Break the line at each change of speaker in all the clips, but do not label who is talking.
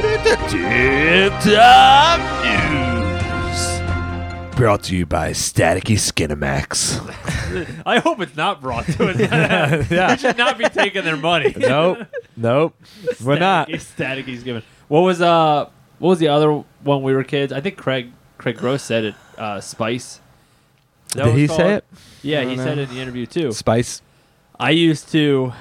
Tip Top News. Brought to you by Staticky Skinamax.
I hope it's not brought to us. yeah.
Yeah.
should not be taking their money.
nope. Nope. We're not.
Static he's given. What was uh what was the other one we were kids? I think Craig Craig Gross said it, uh Spice. Is that
Did
what
he
it's
say
called?
it?
Yeah,
I
he
don't
said
know.
it in the interview too.
Spice.
I used to.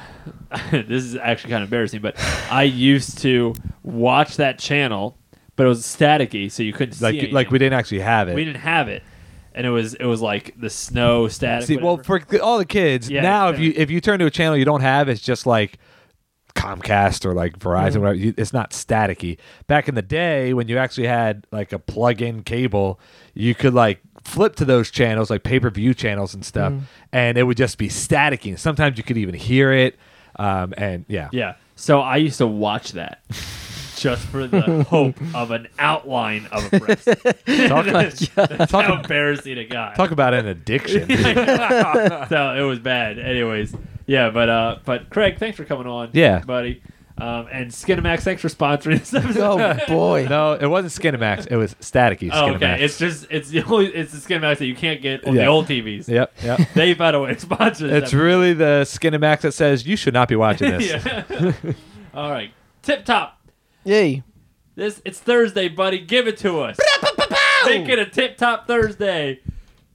this is actually kind of embarrassing, but I used to watch that channel, but it was staticky, so you couldn't see.
Like like we
anything.
didn't actually have it.
We didn't have it, and it was it was like the snow static.
See, well,
whatever.
for all the kids
Yeah,
now, if you
exactly.
if you turn to a channel you don't have, it's just like Comcast or like Verizon.
Mm-hmm.
Whatever. You, it's not staticky. Back in the day, when you actually had like a plug-in cable, you could like flip to those channels, like pay-per-view channels and stuff,
Mm.
and it would just be staticky. And sometimes you could even hear it. Um, and yeah,
yeah. So I used to watch that just for the hope of an outline of a breast.
Talk,
That's
Oh talk-
how embarrassing it got.
talk about an addiction.
so it was bad. Anyways, yeah, but uh, but Craig, thanks for coming on.
Yeah.
buddy. Um, and Skinamax, thanks for sponsoring this episode.
Oh boy.
no, it wasn't Skinamax. It was staticky.
Oh,
Skinamax.
okay. It's just it's the only it's the Skinamax that you can't get on
Yeah.
the old TVs.
yep, yep.
They found a way to sponsor this.
It's really the Skinamax that says you should not be watching this.
episode. Yeah. All right. Tip top.
Yay.
This it's Thursday, buddy. Give it to us. Make it a tip top Thursday.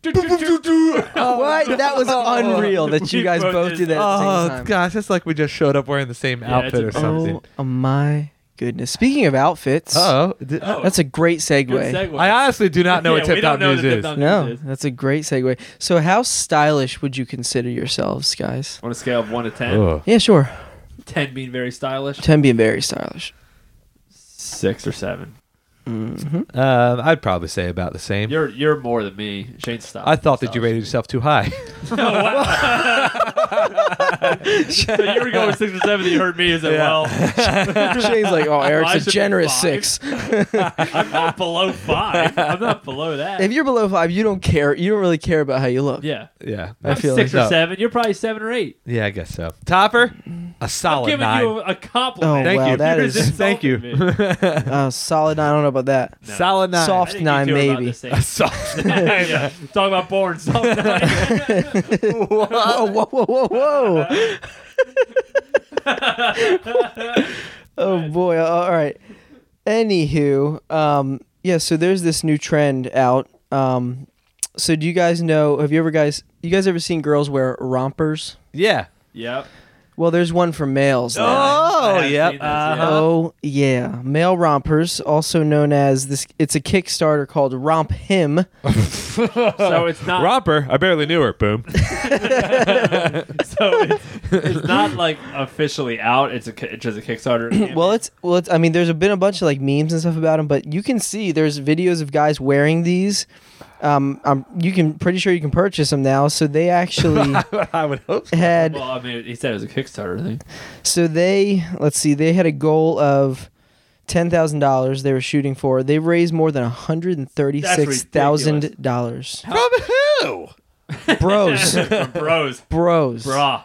Oh,
What? That was unreal that you
We
guys
both
both
did
did that at the
Oh
same time.
gosh, it's like we just showed up wearing the same
Yeah, it's
outfit
a-
or something.
Oh, oh my goodness. Speaking of outfits,
Oh, d- uh,
Oh,
that's a great segue.
good segue.
I honestly do not know what
Yeah, we
tip
don't
top
know
news
the Tip
is.
Top
No,
News is.
that's a great segue. So, how stylish would you consider yourselves, guys?
on a scale of one to ten.
Ugh.
Yeah, sure.
Ten being very stylish.
Ten being very stylish.
Six or seven.
Mm-hmm.
Um, I'd probably say about the same.
You're you're more than me. Shane stop.
I thought that you rated yourself too high.
so you were going six or seven. You heard me as well.
Shane's like, oh,
I
Eric's
should
a
be
generous
five.
six.
I'm not below five. I'm not below that.
If you're below five, you don't care. You don't really care about how you look.
yeah.
yeah,
I
I'm
that's-
feel
six
like-
or seven. You're probably seven or eight.
yeah, I guess so. Topper, a
I'm
solid
giving
nine.
you a, a compliment.
Oh, Thank wow, you. that
You just
is-
insulted
Thank you.
me.
Uh, solid. I don't know about that.
No.
Solid nine.
I
Soft.
think you
nine,
two are about
maybe.
the same.
A soft.
yeah. Talk about born soft nine.
Whoa, whoa, whoa, whoa, whoa. oh boy. All right. Anywho, um, yeah. So there's this new trend out. Um, so do you guys know? Have you ever guys? You guys ever seen girls wear rompers?
yeah.
yep.
Well, there's one for males. now.
Oh,
I have
yep. Uh-huh.
seen this, yeah.
Oh yeah, male rompers, also known as this. It's a Kickstarter called Romp Him.
So it's
Uh,
not
Romper. I barely knew her. Boom.
so it's, it's not like officially out. It's a ki- it's just a Kickstarter. campaign.
Well, it's well, it's, I mean, there's been a bunch of like memes and stuff about them, but you can see there's videos of guys wearing these. Um, I'm you can pretty sure you can purchase them now. So they actually
I would hope. So.
had
Well, I mean, he said it was a Kickstarter thing.
so they let's see they had a goal of. Ten thousand dollars they were shooting for. They raised more than hundred and thirty-six thousand dollars.
From who?
Bros,
From Bros,
bros,
brah,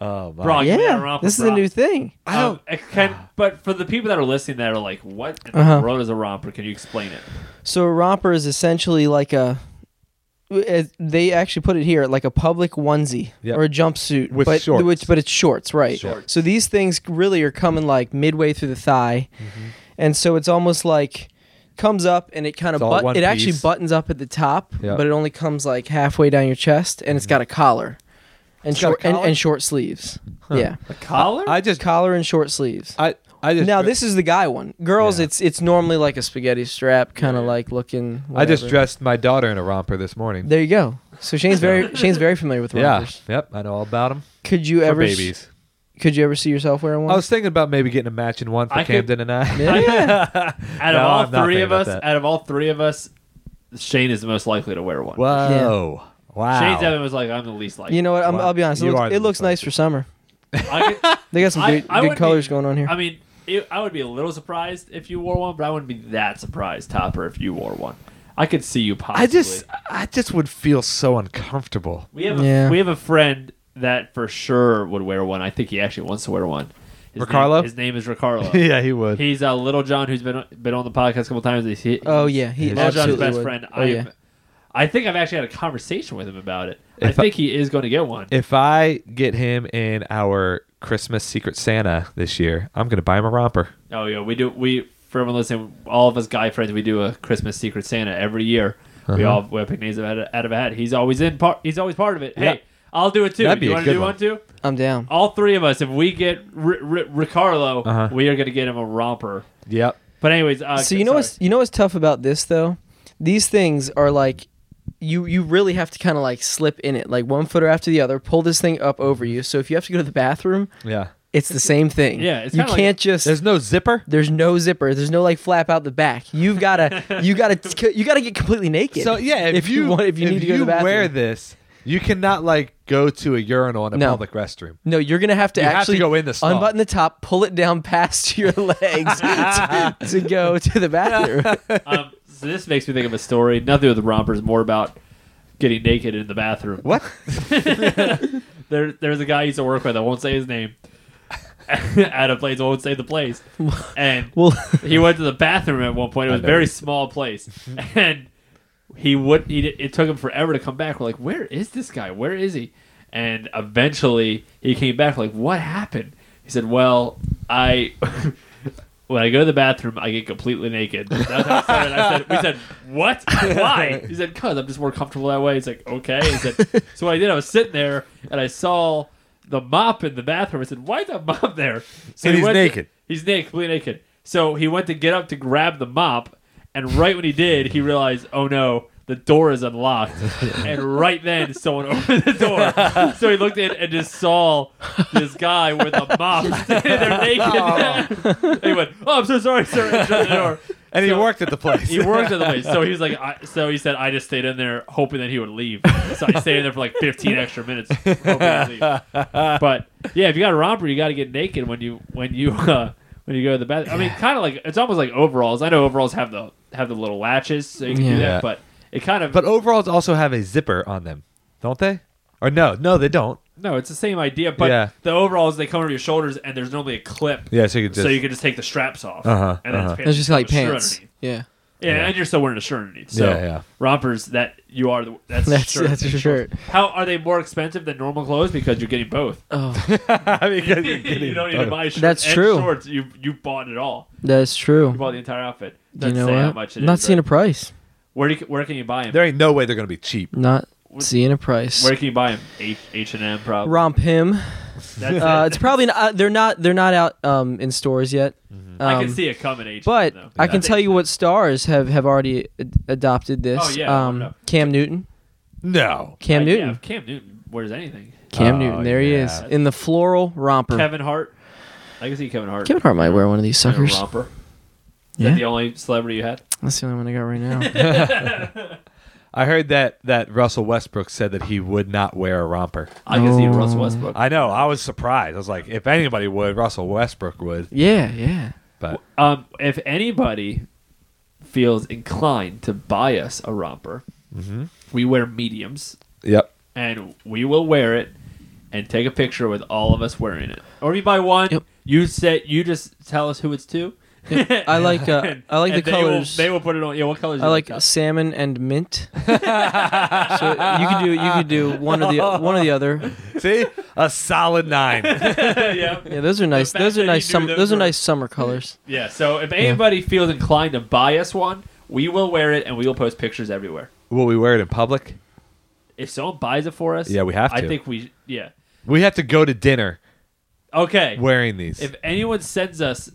Oh my. Oh,
brah. give me that
yeah.
romper,
This is a
brah.
new thing.
I don't.
Um, it can, but for the people that are listening that are like, what in
Uh-huh.
the world is a romper? Can you explain it?
So a romper is essentially like a. it- They actually put it here like a public onesie
Yep.
or a jumpsuit
With
but,
shorts.
which- but it's shorts, right?
Shorts.
So these things really are coming like midway through the thigh,
mm-hmm.
and so it's almost like comes up and it kind of
It's all
but-
one
it actually
piece.
buttons up at the top,
Yep. Mm-hmm.
but it only comes like halfway down your chest, and it's got a collar, and
It's got a
short and,
collar?
and short sleeves. Yeah,
A collar?
I just.
collar and short sleeves.
I. I just.
now this is the guy one. Girls,
Yeah.
it's it's normally like a spaghetti strap, kind of like looking.
I just
whatever.
dressed my daughter in a romper this morning.
There you go. So Shane's very Shane's very familiar with
yeah.
rompers.
Yep. I know all about them.
Could you
For
ever s-
babies.
could you ever see yourself wearing one?
I was thinking about maybe getting a matching one for
I could-
Camden and I.
Yeah.
out
No,
of all
I'm not
three
thinking
of
about
us,
that.
out of all three of us, Shane is the most likely to wear one.
Whoa. Wow.
Shane Devin was like, I'm the least likely.
you know what? I'm,
Wow.
I'll be honest. It
You are
looks,
the
it looks
most
nice for summer.
I, could-
They got some
I-
good,
I
good
would
colors
be-
going on here.
I mean, it, I would be a little surprised if you wore one, but I wouldn't be that surprised, Topper, if you wore one. I could see you possibly.
I just, I just would feel so uncomfortable.
we have a,
Yeah.
we have a friend that for sure would wear one. I think he actually wants to wear one. His
Ricardo?
Name, his name is Ricardo.
yeah, he would.
He's a little John who's been been on the podcast a couple times. He's, he,
Oh yeah, he
Little John's
absolutely
best
would.
friend.
Oh,
I,
yeah.
am, I think I've actually had a conversation with him about it. I
If I-
think he is going to get one.
if I get him in our Christmas Secret Santa this year, I'm gonna buy him a romper.
Oh yeah, we do. We for everyone listening, all of us guy friends, we do a Christmas Secret Santa every year. We
Uh-huh.
all we all pick names out of, out of a hat. He's always in part. He's always part of it.
Yeah.
Hey, I'll do it too.
That'd be
you
a
want to
good
do
one.
one too?
I'm down.
All three of us. If we get R- R- Ricardo,
Uh-huh.
we are going to get him a romper.
Yep.
But anyways, uh,
so you know
sorry.
what's you know what's tough about this though? These things are like you you really have to kind of like slip in it, like one footer after the other, pull this thing up over you. So if you have to go to the bathroom,
Yeah.
it's the same thing.
Yeah, it's
you
kinda like-
can't just.
There's no zipper.
There's no zipper. There's no like flap out the back. You've gotta, you gotta, you gotta get completely naked.
So yeah, if,
you, want, if you need to go to the bathroom,
wear this, you cannot like go to a urinal in a
No.
public restroom.
no, you're gonna have to
You have to
actually
go in the stall.
unbutton the top, pull it down past your legs to, to go to the bathroom.
um, so this makes me think of a story. Nothing with the rompers. More about getting naked in the bathroom.
What?
there, there's a guy I used to work with. I won't say his name. at a place, I won't say the place. And
well,
he went to the bathroom at one point. It
I
was a
know.
very small place, and he would. He did, it took him forever to come back. We're like, where is this guy? Where is he? And eventually, he came back. We're like, what happened? He said, well, I. When I go to the bathroom, I get completely naked. That's how it started. I said, we said, what? Why? He said, because I'm just more comfortable that way. He's like, okay. He said, so what I did, I was sitting there and I saw the mop in the bathroom. I said, why is that mop there? So
And
he
he's
went to-
naked.
he's naked, completely naked. So he went to get up to grab the mop, and right when he did, he realized, oh no, the door is unlocked. and right then, someone opened the door. so he looked in and just saw this guy with a mop standing there naked. and he went, oh, I'm so sorry, sir, and shut the door.
And he
So-
worked at the place.
He worked at the place, so he was like, I, so he said, I just stayed in there hoping that he would leave. So I stayed in there for like 15 extra minutes, hoping he'd leave. But yeah, if you got a romper, you got to get naked when you when you uh, when you go to the bathroom. I mean, kind of like it's almost like overalls. I know overalls have the have the little latches, so you can do
Yeah.
that. But it kind of
But overalls also have a zipper on them, don't they? Or no, no, they don't.
no, it's the same idea. But
Yeah.
the overalls they come over your shoulders, and there's normally a clip,
Yeah, so you could just.
so you can just take the straps off,
Uh-huh,
and then
uh-huh.
it's just like
a shirt
pants.
underneath.
Yeah,
Yeah,
Yeah.
and you're still wearing a shirt underneath. So
Yeah, yeah.
rompers that you are the that's
that's
shirt
that's
and
your
shorts.
shirt.
How are they more expensive than normal clothes because you're getting both?
Oh,
because
you
you're getting
don't need to buy shirts.
That's
and
true.
Shorts, you you bought it all.
that's
You
true.
bought the entire outfit.
You
Doesn't
know
say
what?
how much it is.
Not seeing
right?
a price.
Where do you, where can you buy him?
There ain't no way they're gonna be cheap.
Not
What-
seeing a price.
Where can you buy him? H H and M probably.
Romp him.
That's it.
Uh, it's probably not, uh, they're not they're not out um, in stores yet.
Mm-hmm. I can
Um,
see it coming. H.
But
though.
I can
That's
tell you what stars have, have already ad- adopted this.
Oh, yeah,
um,
no.
Cam Newton.
No.
Cam
I-
Newton.
Uh, Yeah, Cam Newton wears anything.
Cam
Oh,
Newton. There he is
yeah.
in the floral romper.
Kevin Hart. I can see Kevin Hart.
Kevin Hart might wear one of these
in a
suckers.
romper. Is
Yeah,
that the only celebrity you had?
that's the only one I got right now.
I heard that that Russell Westbrook said that he would not wear a romper.
I can see
No.
Russell Westbrook.
I know. I was surprised. I was like, if anybody would, Russell Westbrook would.
yeah, yeah.
But
Um, if anybody feels inclined to buy us a romper,
Mm-hmm.
we wear mediums,
yep.
and we will wear it and take a picture with all of us wearing it. Or if you buy one,
Yep.
you set you just tell us who it's to.
I like uh, I like
And
the
they will-
colors.
They will, put it on. Yeah, what colors?
I
you
like
Kyle?
salmon and mint. so you could do you could do one or the one or the other.
See, a solid nine.
yeah,
Yeah, those are nice.
fact
Those
that
are
he
nice.
knew
Summer.
those
Those are
were-
nice summer colors.
yeah. So if anybody feels inclined to buy us one, we will wear it and we will post pictures everywhere.
will we wear it in public?
If someone buys it for us,
Yeah, we have
I
to.
think we yeah.
We have to go to dinner
Okay.
wearing these.
if anyone sends us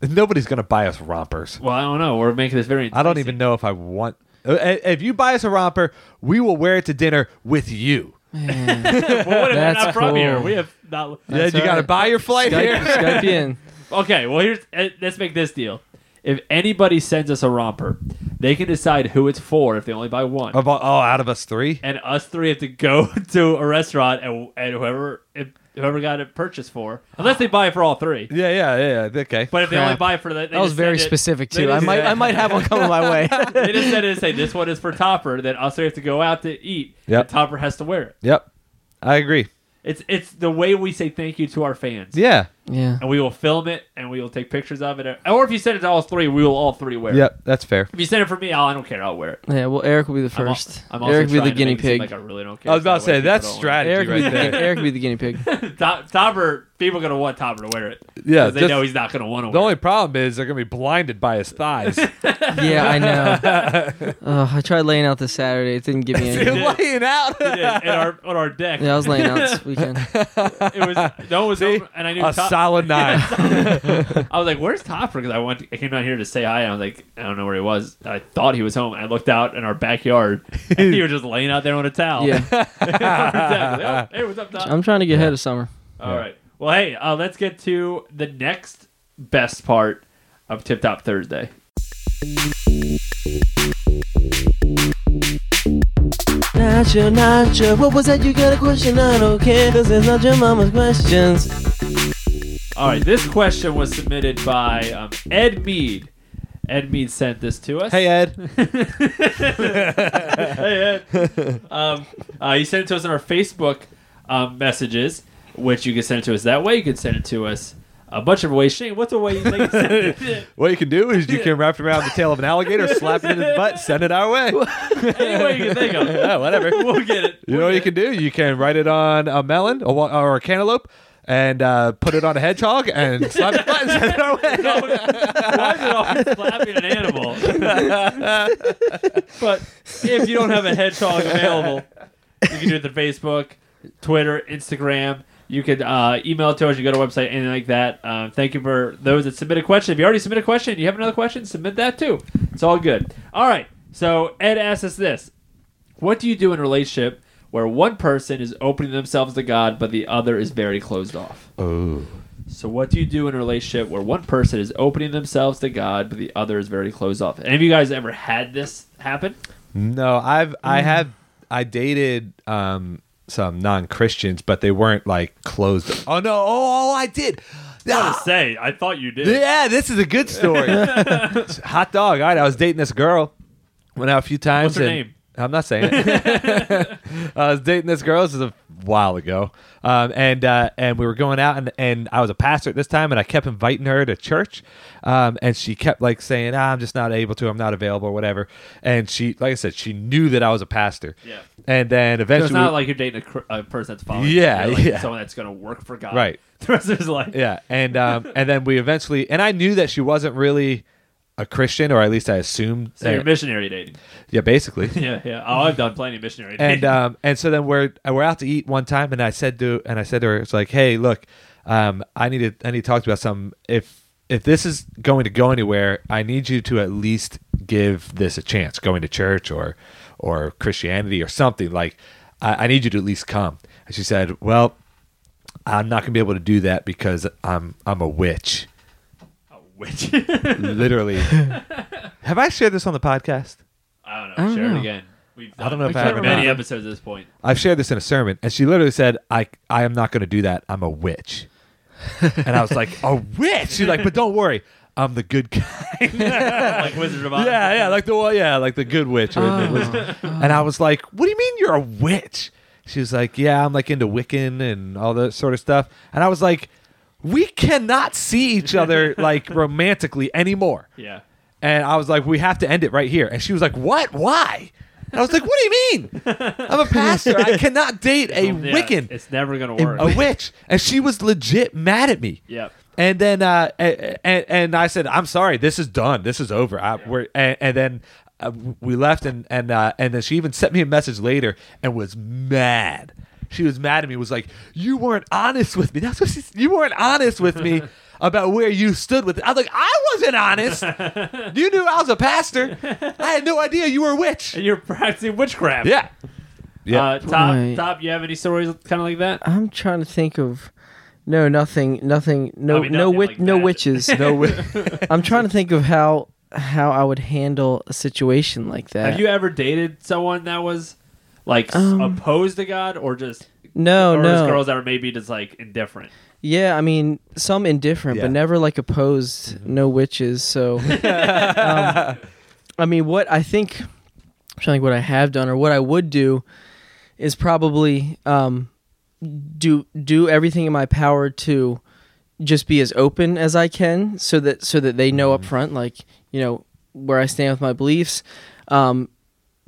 Nobody's gonna buy us rompers.
Well, I don't know. We're making this very.
I don't
enticing.
even know if I want. Uh, If you buy us a romper, we will wear it to dinner with you.
Man.
Well, what if we're
That's
not from here?
cool.
We have not.
Yeah, you
That's all
gotta
right.
buy your flight
Skype,
here.
Skype in.
Okay. Well, here's. eh, Let's make this deal. If anybody sends us a romper, they can decide who it's for if they only buy one.
Of all- oh, out of us three,
and us three have to go to a restaurant and, and whoever if, whoever got it purchased for, unless they buy it for all three.
yeah, yeah, yeah, yeah. Okay,
But if they
Crap.
only buy it for that, they
That was
just
very
send it-
specific
they
too. I
just-
might I might have one coming my way.
They just said it say this one is for Topper. Then us three have to go out to eat.
Yep.
and Topper has to wear it.
yep, I agree.
It's it's the way we say thank you to our fans.
Yeah.
Yeah.
And we will film it and we will take pictures of it. Or if you send it to all three, we will all three wear it.
Yep. That's fair.
If you send it for me, I'll, I don't care. I'll wear it.
Yeah, well, Eric will be the
I'm al-
first.
I'm also
Eric will be
trying
the
to
guinea
make it seem
pig.
like I really don't care.
I was
so
about to
that
say
way people
that's
don't-
strategy
Eric,
right
will be the-
there.
Eric will be the guinea pig.
Tom, Topper, people are gonna want Topper to wear it. 'Cause
Yeah,
they
just-
know he's not gonna want to.
The
wear
only
it.
problem is they're gonna be blinded by his thighs.
yeah, I know. Ugh, I tried laying out this Saturday. It didn't give me
You're
anything.
laying out.
It is. in our on our deck.
Yeah, I was laying out this weekend.
it was no, it was
See?
open, and I knew
A
Top-
solid nine.
I was like, "Where's Topper?" Because I went, I came down here to say hi. And I was like, I don't know where he was. I thought he was home. I looked out in our backyard, and you were just laying out there on a towel.
Yeah,
exactly. Oh, hey, what's up, Top?
I'm trying to get ahead of summer.
All right. Well, hey, uh, let's get to the next best part of Tip Top Thursday.
Nacho, Nacho, what was that? You got a question? I don't care, cause it's not your mama's questions.
All right, this question was submitted by um, Ed Mead. Ed Mead sent this to us.
hey Ed.
hey, Ed. Um, uh, you sent it to us in our Facebook um, messages, which you can send it to us that way. You can send it to us a bunch of ways. Shane, what's a way you can send it?
What you can do is you can wrap it around the tail of an alligator, slap it in the butt, send it our way.
Any way you can think of.
Oh,
yeah, whatever.
We'll get it.
You know what you can do? You can write it on a melon or, wa- or a cantaloupe and uh, put it on a hedgehog and slap it and send it our way.
Why is it always slapping an animal? but if you don't have a hedgehog available, you can do it through Facebook, Twitter, Instagram. You could uh, email it to us. You go to our website, anything like that. Um, thank you for those that submit a question. If you already submitted a question, you have another question, submit that too. It's all good. All right. So Ed asks us this: What do you do in a relationship where one person is opening themselves to God, but the other is very closed off?
Oh.
So, what do you do in a relationship where one person is opening themselves to God, but the other is very closed off? Any of you guys ever had this happen?
No, I've I have I dated um some non Christians, but they weren't like closed. Oh no! Oh, oh I did. Ah,
say, I thought you did.
yeah, this is a good story. Hot dog. All right, I was dating this girl. Went out a few times.
What's her
and-
name?
I'm not saying it. I was dating this girl. This is a while ago, um, and uh, and we were going out, and, and I was a pastor at this time, and I kept inviting her to church, um, and she kept like saying, ah, "I'm just not able to. I'm not available, or whatever." And she, like I said, she knew that I was a pastor.
Yeah.
And then eventually,
It's not
we-
like you're dating a, cr- a person that's following.
Yeah,
you, you're like
yeah.
Someone that's going to work for God.
Right.
The rest of his life.
yeah, and um, and then we eventually, and I knew that she wasn't really a Christian, or at least I assumed.
So you're
that-
missionary dating.
yeah, basically.
Yeah, yeah. Oh, I've done plenty of missionary dating.
and um and so then we're we're out to eat one time and I said to and I said to her it's like hey look um I need to I need to talk to you about something if if this is going to go anywhere I need you to at least give this a chance going to church or or Christianity or something like I, I need you to at least come and she said well I'm not gonna be able to do that because I'm I'm a witch
A Oh, witch. I don't know.
literally have I shared this on the podcast
don't
Share
know.
it again. We've done
I don't know if I
can't
have or
many
not.
remember.
episodes at this point.
I've shared this in a sermon, and she literally said, "I I am not going to do that. I'm a witch." and I was like, "A witch?" She's like, "But don't worry, I'm the good kind."
like Wizard of Oz.
yeah, yeah, like the well, yeah, like the good witch. or the wizard. And I was like, "What do you mean you're a witch?" She was like, "Yeah, I'm like into Wiccan and all that sort of stuff." And I was like, "We cannot see each other like romantically anymore."
Yeah.
And I was like, we have to end it right here. And she was like, what? Why? And I was like, what do you mean? I'm a pastor. I cannot date a
Yeah,
Wiccan,
It's never going to work.
a witch. And she was legit mad at me.
Yep.
And then, uh, and, and I said, I'm sorry, this is done. This is over. I, we're, and, and then uh, we left, and and uh, and then she even sent me a message later and was mad. She was mad at me. Was like, you weren't honest with me. That's what she. You weren't honest with me about where you stood with. It. I was like, I wasn't honest. you knew I was a pastor. I had no idea you were a witch.
And you're practicing witchcraft.
Yeah. Yeah.
Uh, top,
Right.
top. You have any stories kind of like that?
I'm trying to think of. No, nothing, nothing, no,
I mean,
no,
nothing
wit,
like
no
that.
witches.
no witch.
I'm trying to think of how how I would handle a situation like that.
Have you ever dated someone that was like s-
Uh, Um,
opposed to God, or just
no,
or
Oh, no,
just girls that are maybe just like indifferent?
Yeah, I mean, some indifferent,
Yeah. Mm-hmm.
but never like opposed. No witches. So, um, I mean, what I think, I'm trying to think what I have done or what I would do, is probably um, do do everything in my power to just be as open as I can so that so that they
Mm-hmm.
know up front like you know where I stand with my beliefs um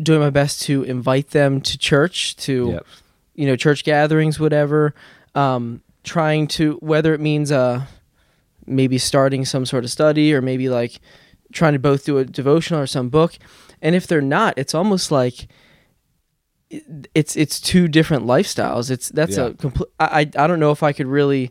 doing my best to invite them to church to
Yep.
you know church gatherings whatever um trying to whether it means uh maybe starting some sort of study or maybe like trying to both do a devotional or some book and if they're not it's almost like it's it's two different lifestyles it's that's
Yeah.
a complete I, I i don't know if i could really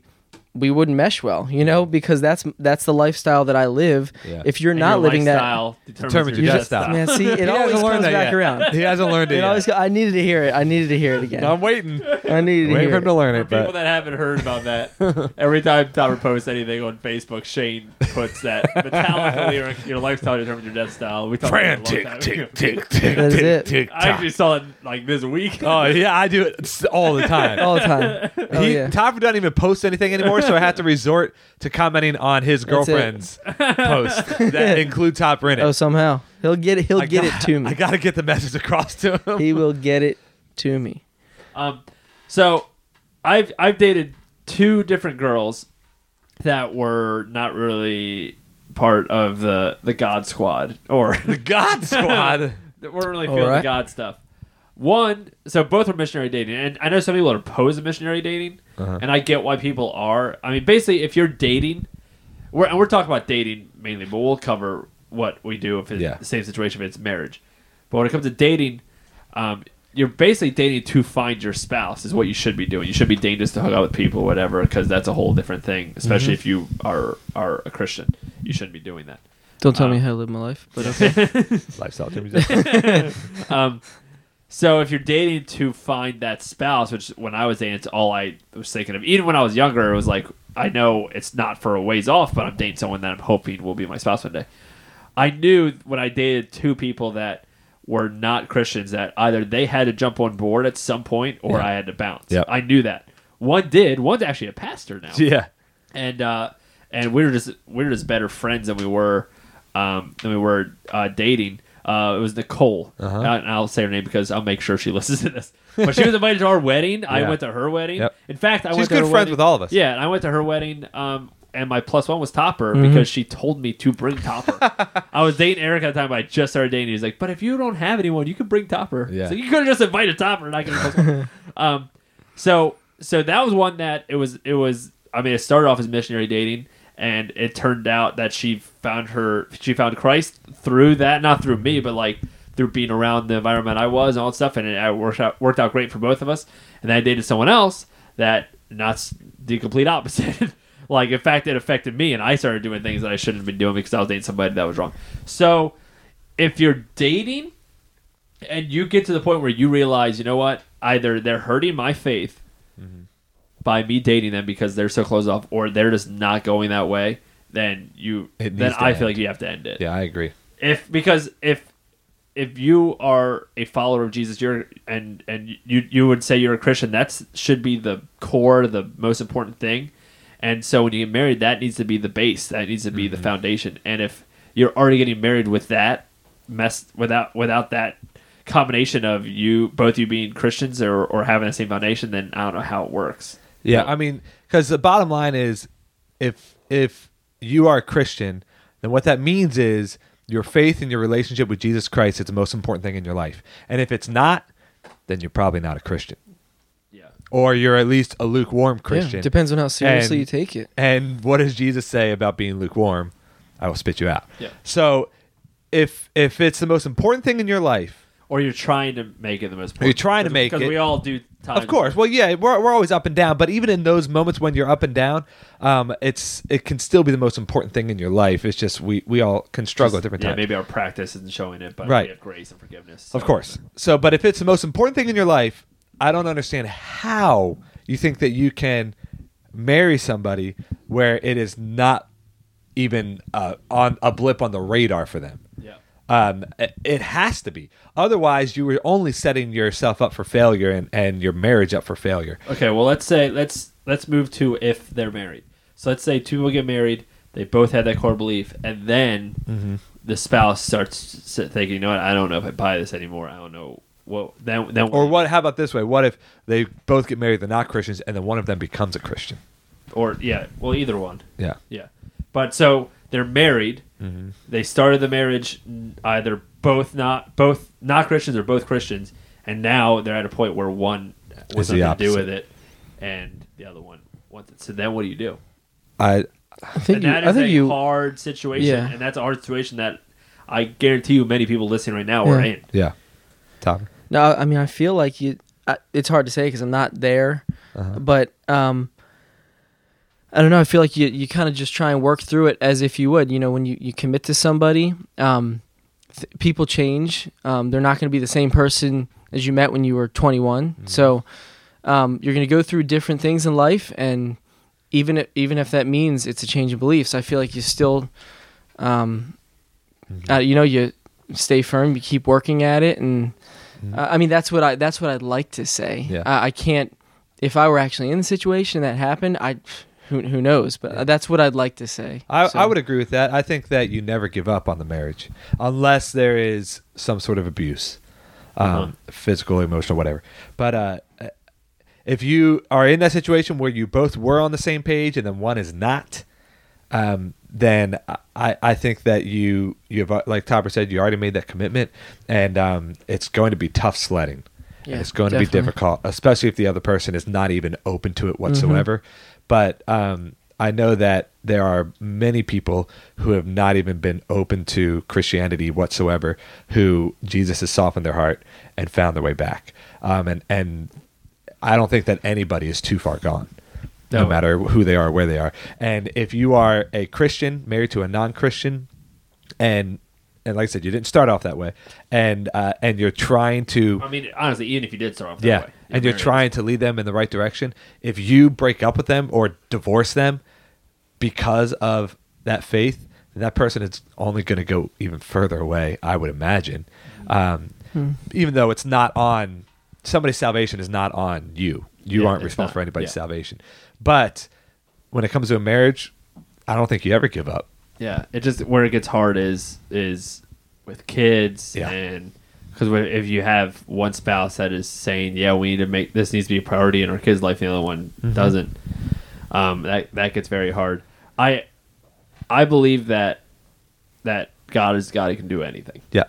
we wouldn't mesh well you know because that's that's the lifestyle that i live
Yeah.
if you're
And
not
your
living that
lifestyle determines,
Determines
your
your
death
death
style.
man see it
He hasn't
always
learned
comes
that
back
yet.
around
He hasn't learned it.
it
yet.
always go- i needed to hear it i needed to hear it again
I'm waiting.
i needed to
Waiting
hear
for him
it.
to learn it,
People
but
that haven't heard about that, every time Tyler posts anything on Facebook, Shane puts that Metallica lyric, your lifestyle determines your death style. We talked about that a
Frantic,
long time ago.
tick, tick, tick,
That's
tick,
it.
tick,
I actually
tock.
saw it like this week.
oh yeah, I do it s- all the time.
all the time oh,
he,
yeah.
Topper doesn't even post anything anymore, so I had to resort to commenting on his
That's it.
girlfriend's post that include Topper in it.
oh somehow he'll get it he'll
I
get
got-
it to me
I got to get the message across to him.
he will get it to me
Um, so I've I've dated two different girls that were not really part of the the God Squad or
the God Squad.
that weren't really
All
feeling the
right.
God stuff. One, so both were missionary dating, and I know some people are opposed to missionary dating,
Uh-huh.
and I get why people are. I mean, basically, if you're dating, we're, and we're talking about dating mainly, but we'll cover what we do if it's
Yeah.
the same situation if it's marriage. But when it comes to dating, um, you're basically dating to find your spouse is what you should be doing. You should be dating just to hug out with people, whatever, because that's a whole different thing. Especially
Mm-hmm.
if you are are a Christian, you shouldn't be doing that.
don't tell
Uh,
Um,
me how to live my life but okay
Lifestyle.
um, so if you're dating to find that spouse, which when I was dating, it's all I was thinking of. Even when I was younger, it was like I know it's not for a ways off, but I'm dating someone that I'm hoping will be my spouse one day. I knew when I dated two people that were not Christians that either they had to jump on board at some point or I had to bounce.
Yep.
I knew that. One did. One's actually a pastor now
yeah.
and uh, and we were just we were just better friends than we were um, than we were uh, dating. Uh, it was Nicole,
Uh-huh.
uh and I'll say her name because I'll make sure she listens to this. But she was invited to our wedding. I
Yeah.
went to her wedding.
Yep.
In fact, I
She's
went to
good
her
friends
wedding-
with all of us.
Yeah, and I went to her wedding. Um, and my plus one was Topper
Mm-hmm.
because she told me to bring Topper. I was dating Eric at the time. But I just started dating. He's like, "But if you don't have anyone, you can bring Topper."
Yeah.
So you could have just invited Topper, and I could have plus one. Um, so so that was one that it was it was I mean it started off as missionary dating and it turned out that she found her she found Christ through that not through me but like through being around the environment I was and all that stuff and it uh, worked out worked out great for both of us and then I dated someone else that not s- the complete opposite like in fact it affected me and I started doing things that I shouldn't have been doing because I was dating somebody that was wrong so if you're dating and you get to the point where you realize, you know what? Either they're hurting my faith
Mm-hmm.
by me dating them because they're so closed off, or they're just not going that way. Then you,
It
then
needs to
I feel
end.
like you have to end it.
Yeah, I agree.
If because if if you are a follower of Jesus, you're and and you you would say you're a Christian. That's should be the core, the most important thing. And so when you get married, that needs to be the base. That needs to be
Mm-hmm.
the foundation. And if you're already getting married with that mess without without that combination of you both you being Christians or or having the same foundation, then I don't know how it works.
Yeah, I mean, because the bottom line is, if if you are a Christian, then what that means is your faith and your relationship with Jesus Christ is the most important thing in your life. And if it's not, then you're probably not a Christian,
Yeah.
or you're at least a lukewarm Christian.
Yeah, depends on how seriously
And-
you take it.
And what does Jesus say about being lukewarm? I will spit you out.
Yeah.
So, if if it's the most important thing in your life,
or you're trying to make it the most.
Or you're trying to
Because-
make
because
it-
we all do. Times.
Of course. Well, yeah, we're, we're always up and down, but even in those moments when you're up and down, um, it's it can still be the most important thing in your life. It's just we we all can struggle at different
yeah,
times.
maybe our practice isn't showing it, but
Right.
we have grace and forgiveness. so-
Of course. So, but if it's the most important thing in your life, I don't understand how you think that you can marry somebody where it is not even uh, on a blip on the radar for them.
Yeah.
Um, it- it has to be. Otherwise, you were only setting yourself up for failure and, and your marriage up for failure.
Okay. Well, let's say let's let's move to if they're married. So let's say two people get married. They both have that core belief, and
Mm-hmm.
then the spouse starts s- thinking, "You know what? I don't know if I buy this anymore. I don't know well, then then
Or what? How about this way? What if they both get married, they're not Christians, and then one of them becomes a Christian?
or yeah, well, either one.
Yeah.
Yeah. But so they're married.
Mm-hmm.
They started the marriage n- either both not both not Christians or both Christians, and now they're at a point where one
Is
was
the
nothing to do
opposite.
with it, and the other one wants it. So then what do you do?
I
I think
and
you,
that
I
is
think
a
you
hard situation,
Yeah.
and that's a hard situation that I guarantee you many people listening right now are
Yeah.
in.
yeah. Tom.
No, I mean I feel like you. I, it's hard to say because I'm not there,
Uh-huh.
but um, I don't know. I feel like you you kind of just try and work through it as if you would. You know, when you you commit to somebody, um, th- people change. Um, they're not going to be the same person as you met when you were 21. So, um, you're going to go through different things in life, and even if, even if that means it's a change in beliefs, I feel like you still, um, uh, you know, you stay firm. You keep working at it and. Uh, I mean, that's what I that's what I'd like to say.
Yeah.
I, I can't. If I were actually in the situation that happened, I who who knows? But that's what I'd like to say.
I,
So-
I would agree with that. I think that you never give up on the marriage unless there is some sort of abuse, um,
Uh-huh.
physical, emotional, whatever. But uh, if you are in that situation where you both were on the same page and then one is not, um, then I, I think that you you have like Topper said, you already made that commitment, and um, it's going to be tough sledding. And
Yeah,
it's going to be
definitely.
difficult, especially if the other person is not even open to it whatsoever. But um, I know that there are many people who have not even been open to Christianity whatsoever, who Jesus has softened their heart and found their way back. Um, and and I don't think that anybody is too far gone, no,
No.
matter who they are, where they are. And if you are a Christian married to a non-Christian, and and like I said, you didn't start off that way, and uh, and you're trying to
I mean, honestly, even if you did start off that
yeah,
way,
and you're
married.
trying to lead them in the right direction. If you break up with them or divorce them because of that faith, then that person is only going to go even further away. I would imagine,
Mm-hmm.
um, even though it's not on somebody's salvation is not on you. You
Yeah,
aren't
it's
responsible
not.
for anybody's
Yeah.
salvation. But when it comes to a marriage, I don't think you ever give up.
Yeah, it just where it gets hard is is with kids
Yeah.
and because if you have one spouse that is saying, "Yeah, we need to make this needs to be a priority in our kids' life," and the other one doesn't, um, that that gets very hard. I I believe that that God is God; He can do anything,
Yeah,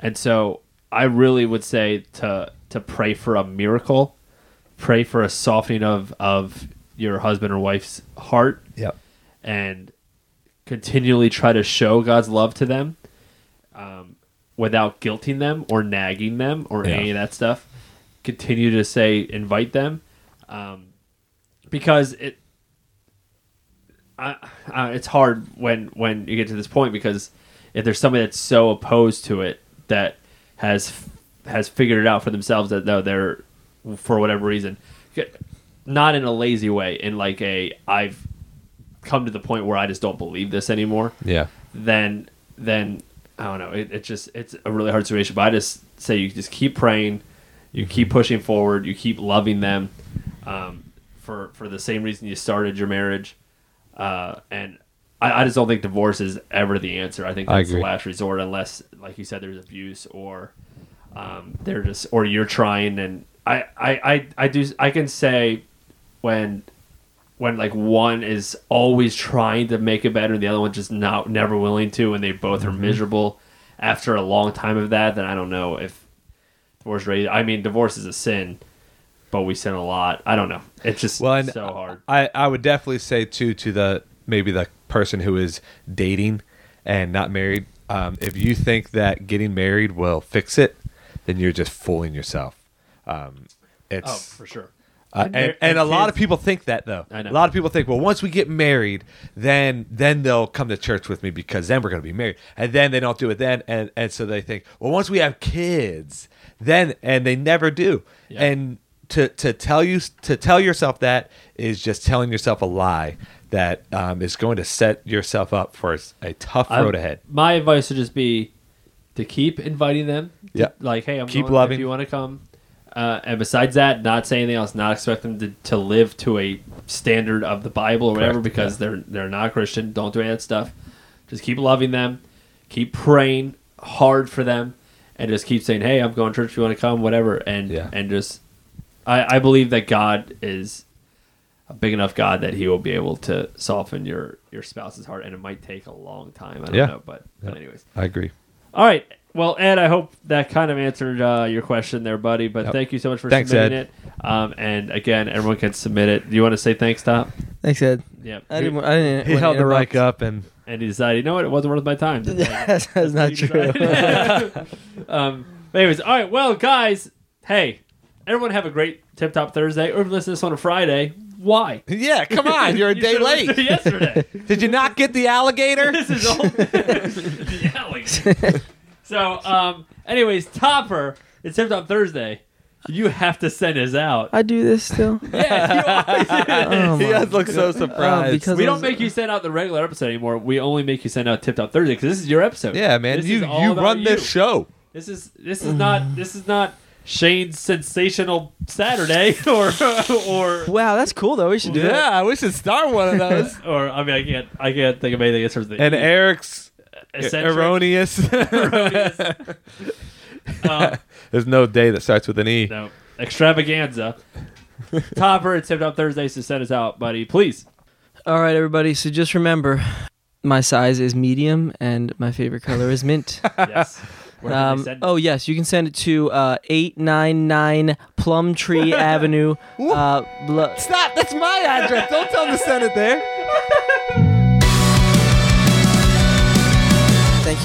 and so I really would say to to pray for a miracle, pray for a softening of of your husband or wife's heart
yeah,
and continually try to show God's love to them um, without guilting them or nagging them or
Yeah.
any of that stuff. Continue to say, invite them um, because it. I, uh, it's hard when when you get to this point because if there's somebody that's so opposed to it that has has figured it out for themselves that though they're for whatever reason not in a lazy way in like a I've come to the point where I just don't believe this anymore,
yeah.
then then I don't know. It, it just it's a really hard situation. But I just say you just keep praying, you keep
Mm-hmm.
pushing forward, you keep loving them, um, for for the same reason you started your marriage, uh, and I, I just don't think divorce is ever the answer. I think
I
that's the
agree.
last resort, unless like you said, there's abuse or um, they're just or you're trying and I, I I I do I can say when when like one is always trying to make it better and the other one just not never willing to and they both are miserable after a long time of that then i don't know if divorce rate i mean divorce is a sin but we sin a lot i don't know it's just
well, and
so hard
I, I would definitely say too to the maybe the person who is dating and not married. Um, if you think that getting married will fix it, then you're just fooling yourself. Um, it's
oh for sure
uh,
And
and,
there-
and a
and
lot
kids-
of people think that though.
I know.
A lot of people think, well, once we get married, then then they'll come to church with me because then we're going to be married. And then they don't do it then, and and so they think, well, once we have kids, then and they never do.
Yeah.
And to to tell you to tell yourself that is just telling yourself a lie that um, is going to set yourself up for a tough
I-
road ahead.
my advice would just be to keep inviting them to-
Yeah.
like hey i'm
Keep
going
loving.
if you want to come uh, and besides that not say anything else not expect them to, to live to a standard of the bible or whatever
Correct,
because they're they're not christian don't do any of that stuff just keep loving them keep praying hard for them and just keep saying, "Hey, I'm going to church. You want to come? Whatever." And
Yeah.
and just, I I believe that God is a big enough God that He will be able to soften your your spouse's heart, and it might take a long time. I don't
Yeah.
know, but but
Yeah.
anyways,
I agree.
all right. Well, Ed, I hope that kind of answered uh, your question there, buddy. But
Yep.
thank you so much for
Thanks,
submitting
Ed.
it. Um, and again, everyone can submit it. Do you want to say thanks, Tom?
Thanks, Ed.
Yep.
I didn't. wa- I didn't.
He
wanna
held the
interrupt.
mic up and
and he decided, you know what, it wasn't worth my time.
That's, that's not true.
um, but anyways, all right. Well, guys, hey, everyone have a great Tip Top Thursday, or if you listen to this on a Friday, why?
yeah, come on, you're a
You
day
should've listened to
late.
Yesterday.
Did you not get the alligator?
this is all Yeah, like- So, um, anyways, Topper, it's Tip Top Thursday. You have to send us out.
I do this still.
Yeah, you always do this.
Oh
he
my
does look so surprised.
Oh, because-
We don't make you send out the regular episode anymore. We only make you send out Tip Top Thursday because this is your episode.
yeah, man,
This
you
is all
you
about
run this
you.
show.
This is this is not this is not Shane's sensational Saturday or or
Wow, that's cool though. We should do that.
Yeah, we should start one of those.
or I mean I can't I can't think of anything that starts with
and Eric's
eccentric,
erroneous.
erroneous, um,
There's no day that starts with an E.
no extravaganza. Topper it's tipped up Thursdays to send us out, buddy. Please.
All right, everybody. So just remember, my size is medium, and my favorite color is mint.
Yes. Where can they
Um,
send it?
oh yes, you can send it to uh, eight nine nine Plum Tree Avenue. Uh, Blo-
Stop! That's my address. Don't tell them to send it there.
Thank